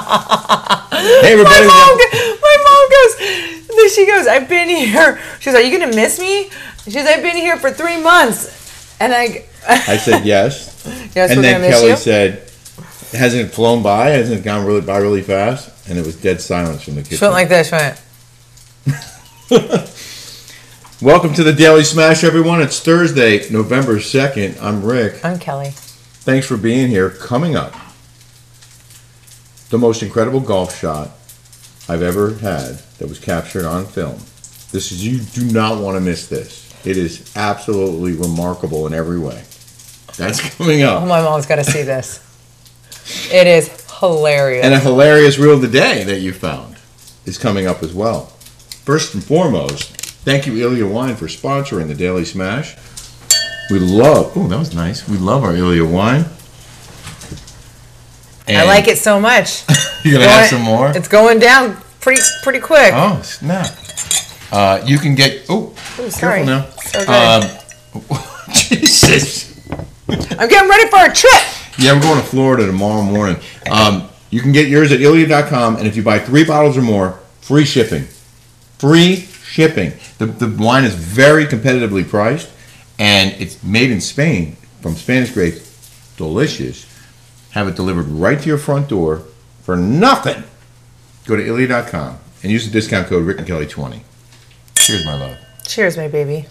Hey my everybody! mom, go- my mom goes, she goes, I've been here. She's like, are you going to miss me? She says, I've been here for three months. And I, I said yes, yes, we're and going then to miss Kelly you. said, "Hasn't it flown by? Hasn't it gone really by really fast?" And it was dead silence from the She kitchen. went like this, she went, Welcome to the Daily Smash, everyone. It's Thursday, November second. I'm Rick. I'm Kelly. Thanks for being here. Coming up, the most incredible golf shot I've ever had that was captured on film. This is you do not want to miss this. It is absolutely remarkable in every way. That's coming Oh, up. my mom's got to see this. It is hilarious. And a hilarious reel of the day that you found is coming up as well. First and foremost, thank you Ilya Wine for sponsoring the Daily Smash. We love. Oh, that was nice. We love our Ilya Wine. I like it so much. You're gonna have some more. It's going down pretty pretty quick. Oh snap! Uh, you can get. Oh, Ooh, careful sorry. now. So good. Um, Jesus. I'm getting ready for a trip. Yeah, we're going to Florida tomorrow morning. Um, you can get yours at Ilia.com, and if you buy three bottles or more, free shipping. Free shipping. The, the wine is very competitively priced, and it's made in Spain from Spanish grapes. Delicious. Have it delivered right to your front door for nothing. Go to Ilia.com and use the discount code Rick and Kelly 20. Cheers, my love. Cheers, my baby.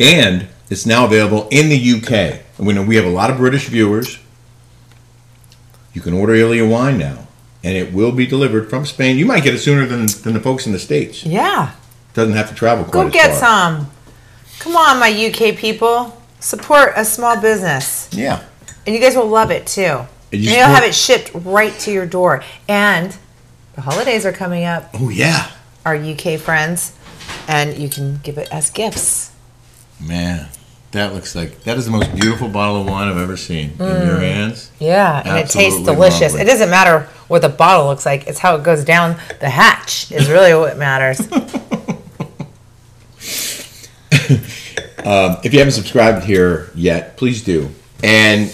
and it's now available in the UK. And we know we have a lot of British viewers. You can order Ilia wine now, and it will be delivered from Spain. You might get it sooner than, than the folks in the states. Yeah. Doesn't have to travel quite Go as get far. some. Come on, my UK people. Support a small business. Yeah, And you guys will love it too. And And you you'll have support- it shipped right to your door. And the holidays are coming up, Oh yeah, our UK friends, and you can give it as gifts. man, that looks like that is the most beautiful bottle of wine I've ever seen in Mm. your hands. Yeah, and it tastes Absolutely delicious. lovely. It doesn't matter what the bottle looks like, it's how it goes down the hatch is really what matters. If you haven't subscribed here yet, please do. And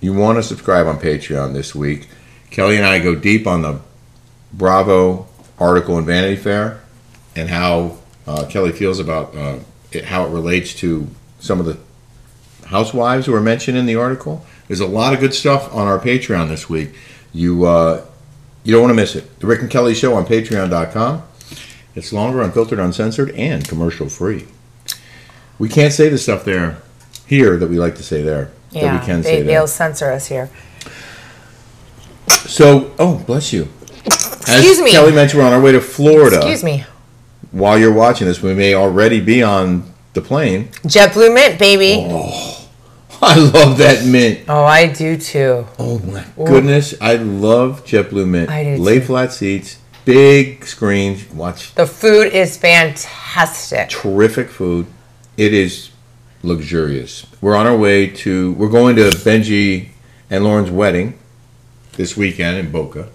you want to subscribe on Patreon this week. Kelly and I go deep on the Bravo article in Vanity Fair and how uh, Kelly feels about uh, it, how it relates to some of the housewives who are mentioned in the article. There's a lot of good stuff on our Patreon this week. You uh, you don't want to miss it. The Rick and Kelly Show on Patreon.com. It's longer, unfiltered, uncensored, and commercial free. We can't say the stuff there, here that we like to say there. Yeah, that we can they, say there. they'll censor us here. So, oh, bless you. Excuse As me. Kelly mentioned, we're on our way to Florida. Excuse me. While you're watching this, we may already be on the plane. JetBlue Mint, baby. Oh, I love that mint. I do too. Oh my goodness, I love JetBlue mint. I do Lay too. flat seats, big screens. Watch The food is fantastic. terrific food. It is luxurious. We're on our way to. We're going to Benji and Lauren's wedding this weekend in Boca.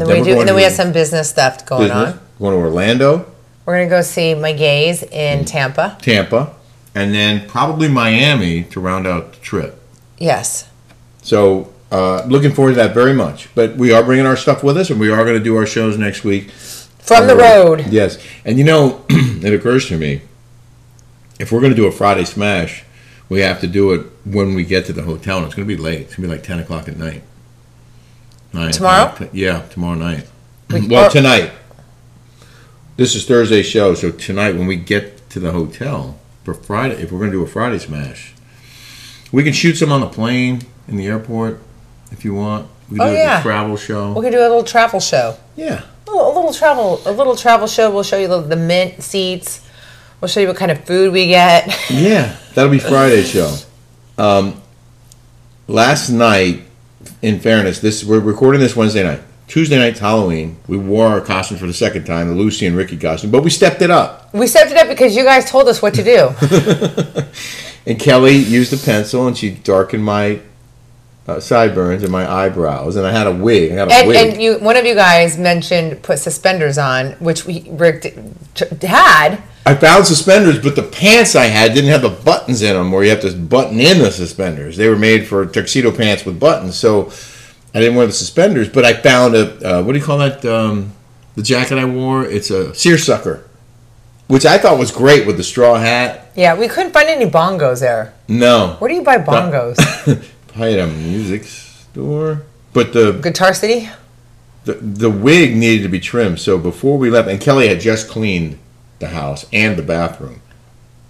And then, we we're do, going and then we to have some business stuff going business. on. We're going to Orlando. We're gonna go see my gays in Hmm. Tampa. Tampa, and then probably Miami to round out the trip. Yes. So, uh, looking forward to that very much. But we are bringing our stuff with us, and we are going to do our shows next week. From the road. Yes. And you know, it occurs to me if we're going to do a Friday smash, we have to do it when we get to the hotel, and it's going to be late. It's going to be like 10 o'clock at night. Nine, Tomorrow? nine, t- yeah, tomorrow night. We- well, or- tonight. This is Thursday's show, so tonight when we get to the hotel for Friday, if we're going to do a Friday smash, we can shoot some on the plane in the airport if you want. We can Oh, do yeah. Oh, a travel show. We could do a little travel show. Yeah. A little, a little travel, a little travel show. We'll show you the, the mint seats. We'll show you what kind of food we get. Yeah, that'll be Friday's show. Um, last night, in fairness, this we're recording this Wednesday night. Tuesday night's Halloween. We wore our costumes for the second time, the Lucy and Ricky costume, but we stepped it up. We stepped it up because you guys told us what to do. And Kelly used a pencil and she darkened my uh, sideburns and my eyebrows, and I had a wig. I had a And, wig. and you, one of you guys mentioned put suspenders on, which we Rick d- t- had, I found suspenders, but the pants I had didn't have the buttons in them, where you have to button in the suspenders. They were made for tuxedo pants with buttons, so I didn't wear the suspenders. But I found a uh, what do you call that? Um, the jacket I wore. It's a seersucker, which I thought was great with the straw hat. Yeah, we couldn't find any bongos there. No, Where do you buy bongos? I had a music store, but the Guitar City? the, the wig needed to be trimmed. So before we left, and Kelly had just cleaned the house and the bathroom.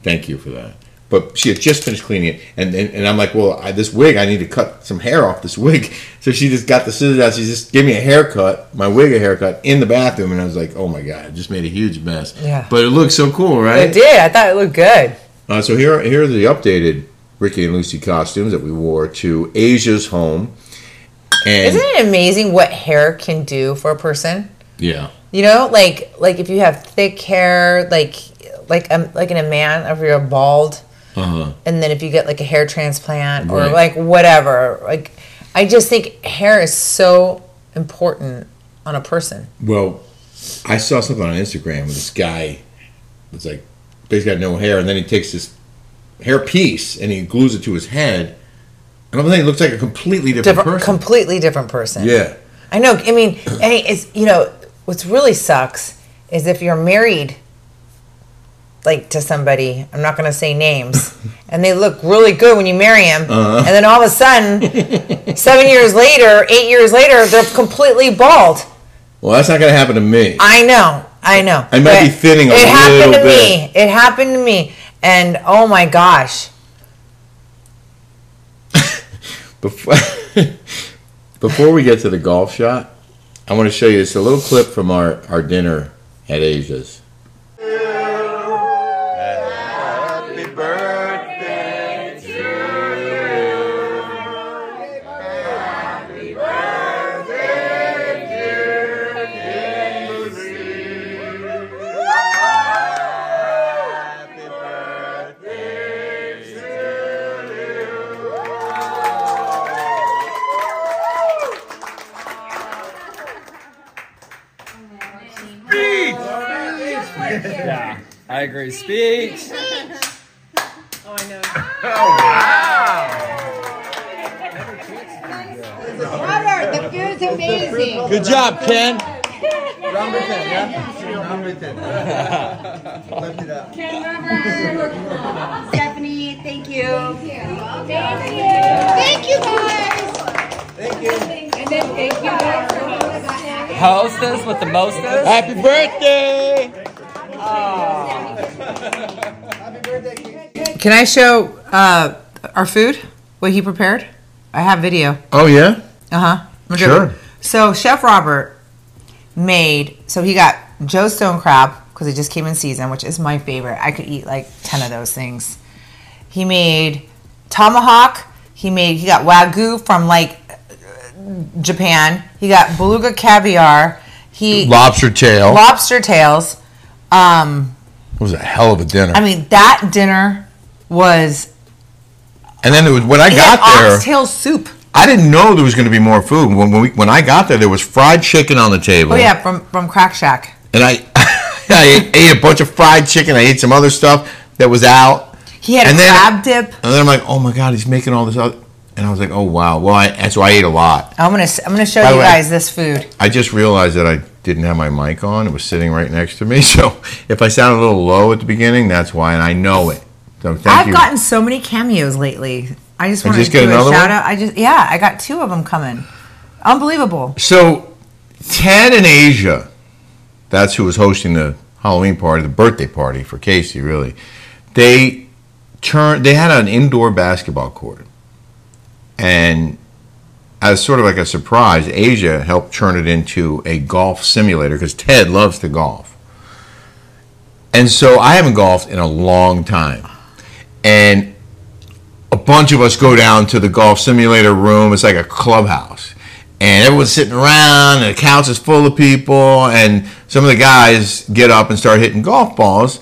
Thank you for that. But she had just finished cleaning it, and and, and I'm like, well, I, this wig, I need to cut some hair off this wig. So she just got the scissors out. She just gave me a haircut, my wig a haircut in the bathroom, and I was like, oh my god, I just made a huge mess. Yeah. But it looked so cool, It right? did. I thought it looked good. Uh, so here here are the updated Ricky and Lucy costumes that we wore to Asia's home. And Isn't it amazing what hair can do for a person? yeah. You know, like like if you have thick hair, like like um, like in a man, if you're bald, Uh huh. and then if you get like a hair transplant or Right. like whatever, like I just think hair is so important on a person. Well, I saw something on Instagram with this guy. It's like basically got no hair, and then he takes this hair piece and he glues it to his head. And I'm thinking, it looks like a completely different, Different, person. completely different person. yeah, I know. I mean, and it's you know what's really sucks is if you're married, like to somebody. I'm not going to say names, and they look really good when you marry them, Uh-huh. and then all of a sudden, seven years later, eight years later, they're completely bald. well, that's not gonna happen to me. I know. I know. I might be But thinning a It happened to little me. It happened to me, and oh my gosh, Before, before we get to the golf shot, I want to show you this a little clip from our, our dinner at Asia's. Yeah, I agree. Speech. Robert, the food's amazing. Good job, Ken. Ken Robert. Stephanie, thank you. Thank you. Thank you, guys. Thank you. And then thank you guys for hosting. Hostess with the mostest. Happy birthday. can I show uh, our food? What he prepared? I have video. Oh yeah, Uh huh. Sure. So Chef Robert made so he got Joe Stone crab because it just came in season, which is my favorite. I could eat like ten of those things. He made tomahawk. He made he got wagyu from like Japan. He got beluga caviar. He lobster tail. lobster tails. Um, it was a hell of a dinner. I mean that dinner was and then it was when I he got had there. oxtail soup. I didn't know there was going to be more food. When, when, we, when I got there, there was fried chicken on the table. Oh yeah, from from Crack Shack. And I, I ate a bunch of fried chicken. I ate some other stuff that was out. He had And a then- crab dip. And then I'm like, oh my God, he's making all this other. And I was like, oh wow. Well, I, and so I ate a lot. I'm gonna s- I'm gonna show By the you way- guys this food. I just realized that I didn't have my mic on. It was sitting right next to me. So if I sound a little low at the beginning, that's why. And I know it. So thank I've you. gotten so many cameos lately. I just And want to just get do a shout another one? out. I just yeah, I got two of them coming. Unbelievable. So, Ted in Asia, that's who was hosting the Halloween party, the birthday party for Casey, really. They turned they had an indoor basketball court. And as sort of like a surprise, Asia helped turn it into a golf simulator because Ted loves to golf. And so I haven't golfed in a long time. And a bunch of us go down to the golf simulator room. It's like a clubhouse. And everyone's sitting around, and the couch is full of people. And some of the guys get up and start hitting golf balls.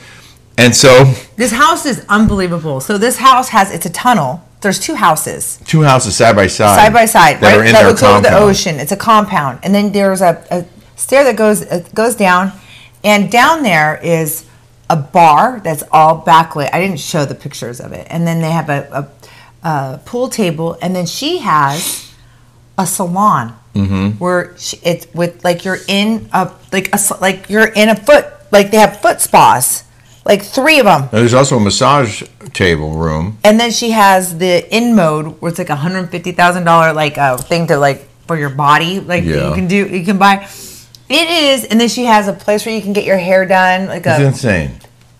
And so, This house is unbelievable. So this house has it's a tunnel. There's two houses two houses side by side. side by side, That right? are in that their looks over the compound. ocean. It's a compound, and then there's a, a stair that goes uh, goes down, and down there is a bar that's all backlit. I didn't show the pictures of it. And then they have a, a, a pool table, and then she has a salon Mm-hmm. where she, it's with like you're in a like a s- like you're in a foot like they have foot spas, like three of them. Now, there's also a massage table room. And then she has the in mode where it's like a hundred fifty thousand dollar like uh, thing to like for your body like that Yeah. you can do you can buy. It is, and then she has a place where you can get your hair done. Like It's a, insane.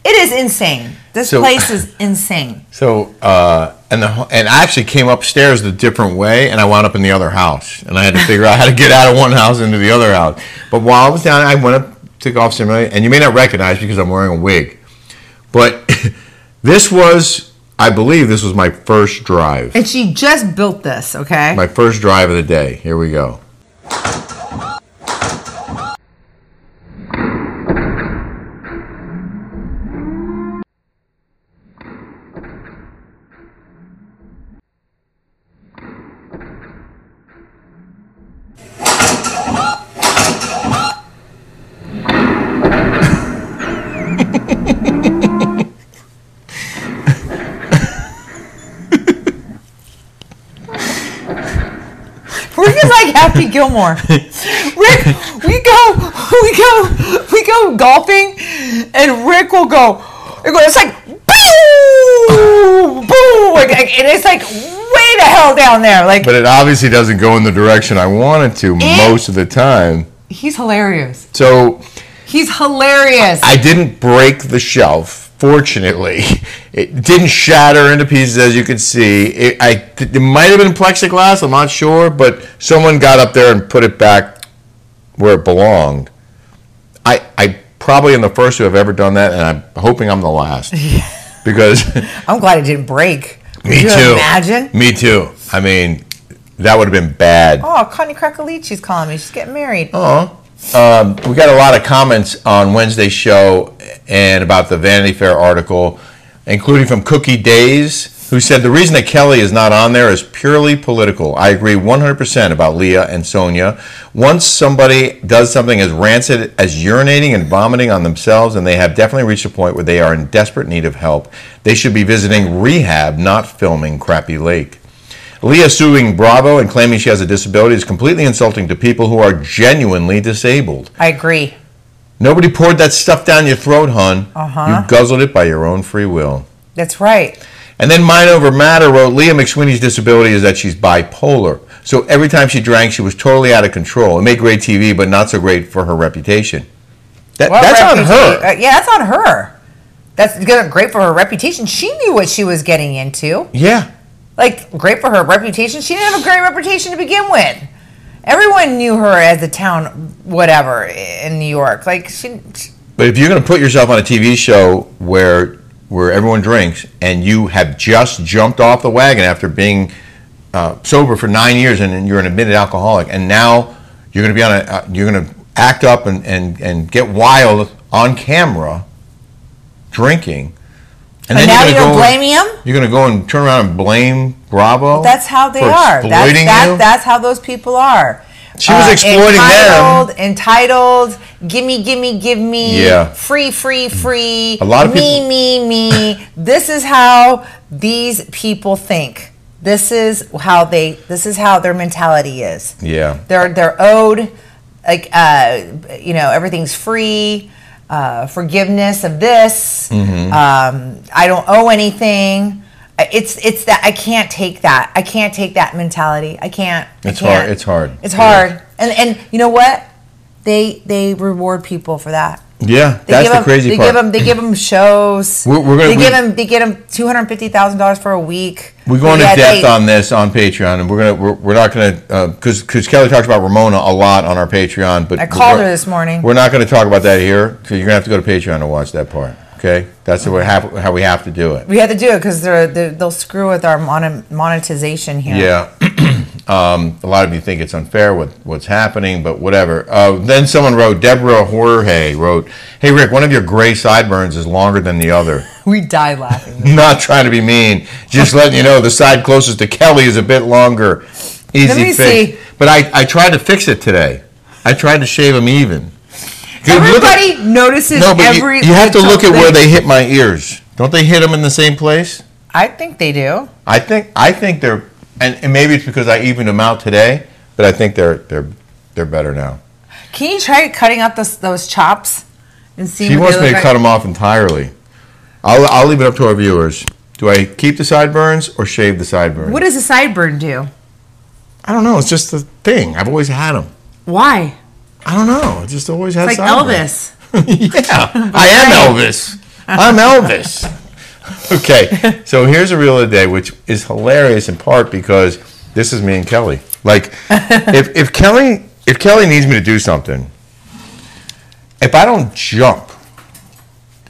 it is insane. This So- place is insane. So, uh, and the ho- and I actually came upstairs the different way, and I wound up in the other house, and I had to figure out how to get out of one house into the other house. But while I was down, I went up to golf simulator, and you may not recognize because I'm wearing a wig, but this was, I believe, this was my first drive, And she just built this, okay? my first drive of the day. Here we go. We're just like Happy Gilmore. Rick, we go, we go, we go golfing, and Rick will go. It goes, it's like boom, boom, like, like, and it's like way the hell down there. Like But it obviously doesn't go in the direction I wanted to most of the time. he's hilarious. So He's hilarious. I didn't break the shelf. Fortunately, it didn't shatter into pieces, as you can see. It, I, it might have been plexiglass. I'm not sure, but someone got up there and put it back where it belonged. I, I probably am the first to have ever done that, and I'm hoping I'm the last because I'm glad it didn't break. me Could you too. Imagine. Me too. I mean, that would have been bad. Oh, Connie Krakalici's calling me. She's getting married. Oh. Um, we got a lot of comments on Wednesday's show and about the Vanity Fair article, including from Cookie Days, who said the reason that Kelly is not on there is purely political. I agree 100% about Leah and Sonia. Once somebody does something as rancid as urinating and vomiting on themselves, and they have definitely reached a point where they are in desperate need of help, they should be visiting rehab, not filming Crappy Lake. Leah suing Bravo and claiming she has a disability is completely insulting to people who are genuinely disabled. I agree. Nobody poured that stuff down your throat, hun. Uh-huh. You guzzled it by your own free will. That's right. And then Mind Over Matter wrote Leah McSweeney's disability is that she's bipolar. So every time she drank, she was totally out of control. It made great TV, but not so great for her reputation. That, What that's on her. reputa- uh, yeah, that's on her. That's good- great for her reputation. She knew what she was getting into. yeah. Like, great for her reputation. She didn't have a great reputation to begin with. Everyone knew her as the town whatever in New York. Like, she, But if you're going to put yourself on a TV show where where everyone drinks and you have just jumped off the wagon after being uh, sober for nine years and, then you're an admitted alcoholic, and now you're going to be on a uh, you're going to act up and, and, and get wild on camera drinking, and but now gonna you don't go- blame him? You're going to go and turn around and blame Bravo. That's how they for are. That's, exploiting that, you? that's how those people are. She was exploiting them. Uh, entitled, them. Entitled, gimme, gimme, give me. Yeah. Free, free, free. A lot of me, people- me, me. this is how these people think. This is how they. This is how their mentality is. Yeah. They're they're owed, like uh, you know, everything's free. Uh, forgiveness of this. Mm-hmm. Um, I don't owe anything. I- It's it's that I can't take that. I can't take that mentality. I can't. I It's hard- can't. it's hard. It's It hard. is. And and you know what? They they reward people for that. yeah. They that's give the 'em- crazy they part. Give them, they give them shows. We're- we're gonna- they we- give them they get them two hundred fifty thousand dollars for a week. We go into Yeah, depth they- on this on Patreon, and we're gonna we're, we're not gonna because because Kelly talks about Ramona a lot on our Patreon, but I called we're- her this morning. We're not gonna talk about that here, so you're gonna have to go to Patreon to watch that part. Okay, that's the way have, how we have to do it. We had to do it because they're, they're they'll screw with our mon- monetization here. Yeah, um, a lot of you think it's unfair with what's happening, but whatever. Uh, then someone wrote Deborah Jorge wrote, "Hey Rick, one of your gray sideburns is longer than the other." we die laughing. not trying to be mean. Just letting you know the side closest to Kelly is a bit longer. Easy Let me fix. see. But I, I tried to fix it today. I tried to shave him even. Dude, look at- Everybody notices no, but every. you, you have to little look at where thing. they hit my ears. Don't they hit them in the same place? I think they do. I think I think they're, and, and maybe it's because I evened them out today, but I think they're they're they're better now. Can you try cutting out those those chops and see? She what wants they me look to like? cut them off entirely. I'll I'll leave it up to our viewers. Do I keep the sideburns or shave the sideburns? What does a sideburn do? I don't know. It's just a thing. I've always had them. Why? I don't know. I just always had It's like sideburns. Elvis. yeah, I am Elvis. I'm Elvis. Okay, so here's a reel of the day, which is hilarious in part because this is me and Kelly. Like, if, if Kelly if Kelly needs me to do something, if I don't jump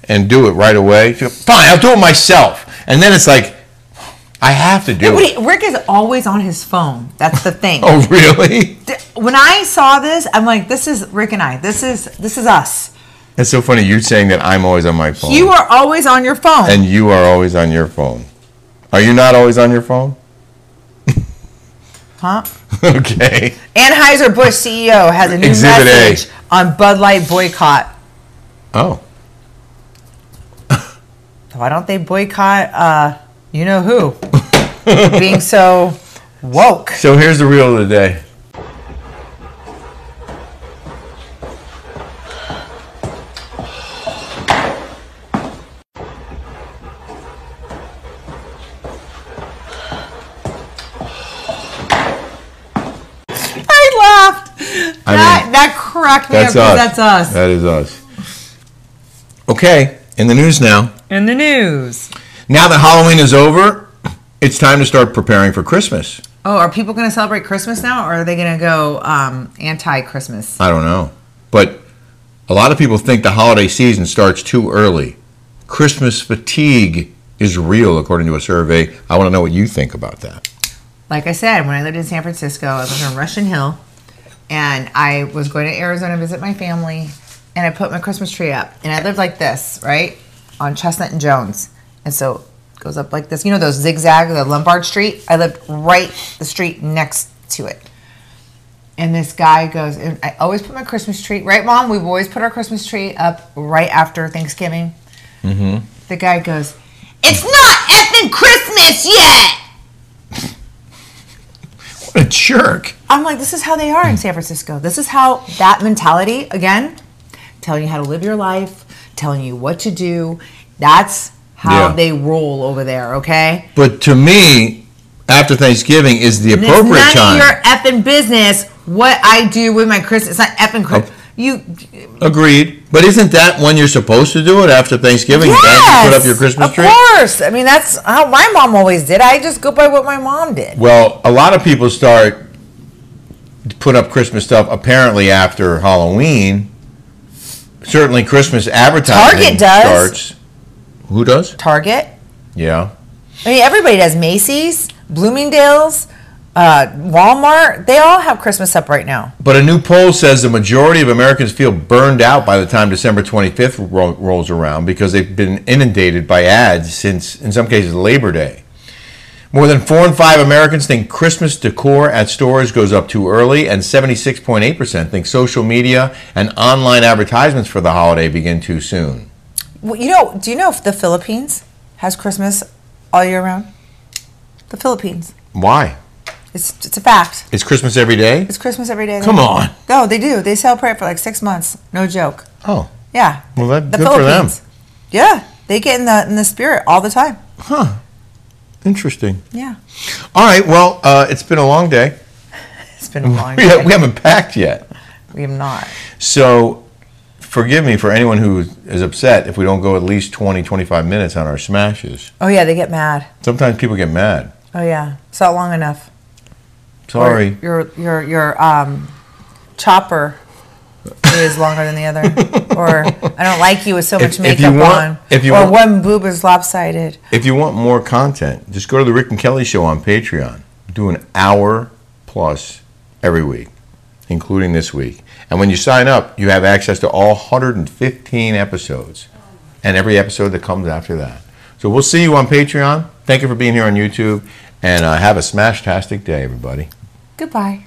and do it right away, she'll, fine, I'll do it myself. And then it's like, I have to do But it. he- Rick is always on his phone. That's the thing. Oh, really? Th- When I saw this, I'm like, this is Rick and I. This is this is us. It's so funny. You're saying that I'm always on my phone, You are always on your phone. and you are always on your phone. Are you not always on your phone? huh? Okay. Anheuser-Busch CEO E has a new Exhibit A. message on Bud Light boycott. Oh. Why don't they boycott uh you know who? Being so woke. So here's the reel of the day. I laughed. that mean, that cracked me That's up us. 'cause that's us. That is us. Okay, in the news now. In the news. Now that Halloween is over, it's time to start preparing for Christmas. Oh, are people gonna celebrate Christmas now or are they gonna go um anti Christmas? I don't know. But a lot of people think the holiday season starts too early. Christmas fatigue is real, according to a survey. I want to know what you think about that. like I said, when I lived in San Francisco, I lived on Russian Hill, and I was going to Arizona to visit my family, and I put my Christmas tree up, and I lived like this, right, on Chestnut and Jones, and so it goes up like this. You know those zigzag, the Lombard Street. I lived right the street next to it. And this guy goes, and I always put my Christmas tree, right, Mom? We've always put our Christmas tree up right after Thanksgiving. The guy goes, It's not effing Christmas yet! What a jerk. I'm like, this is how they are in San Francisco. This is how that mentality, again, telling you how to live your life, telling you what to do. That's how Yeah. they roll over there, okay? But to me, after Thanksgiving is the And appropriate it's none time. of your effing business what I do with my Christmas. It's not effing Christmas. Oh. You, Agreed. But isn't that when you're supposed to do it after Thanksgiving? yes, Then you put up your Christmas of tree. course. I mean, that's how my mom always did. I just go by what my mom did. Well, a lot of people start to put up Christmas stuff apparently after Halloween. Certainly, Christmas advertising Target does. starts. Who does? Target. Yeah. I mean, everybody does. Macy's, Bloomingdale's, uh, Walmart. They all have Christmas up right now. But a new poll says the majority of Americans feel burned out by the time December 25th ro- rolls around because they've been inundated by ads since, in some cases, Labor Day. More than four in five Americans think Christmas decor at stores goes up too early, and 76.8% think social media and online advertisements for the holiday begin too soon. Well, you know, do you know if the Philippines has Christmas all year round? The Philippines. Why? It's, it's a fact. It's Christmas every day? It's Christmas every day. Come on. No, they do. They celebrate for like six months. No joke. Oh, Yeah. well, that, good for them. Yeah. They get in the in the spirit all the time. Interesting. Yeah. All right, well, uh, it's been a long day. It's been a long We, day. we haven't packed yet. We have not. So, forgive me for anyone who is upset if we don't go at least 20, 25 minutes on our smashes. Oh yeah, they get mad. Sometimes people get mad. Oh yeah. It's not long enough. Or Sorry. Your your your um chopper is longer than the other. or I don't like you with so much If- if makeup you want- on. if you or want- one boob is lopsided. If you want more content, just go to the Rick and Kelly show on Patreon. We do an hour plus every week, including this week. And when you sign up, you have access to all 115 episodes and every episode that comes after that. So we'll see you on Patreon. Thank you for being here on YouTube and uh, have a smash-tastic day, everybody. Goodbye.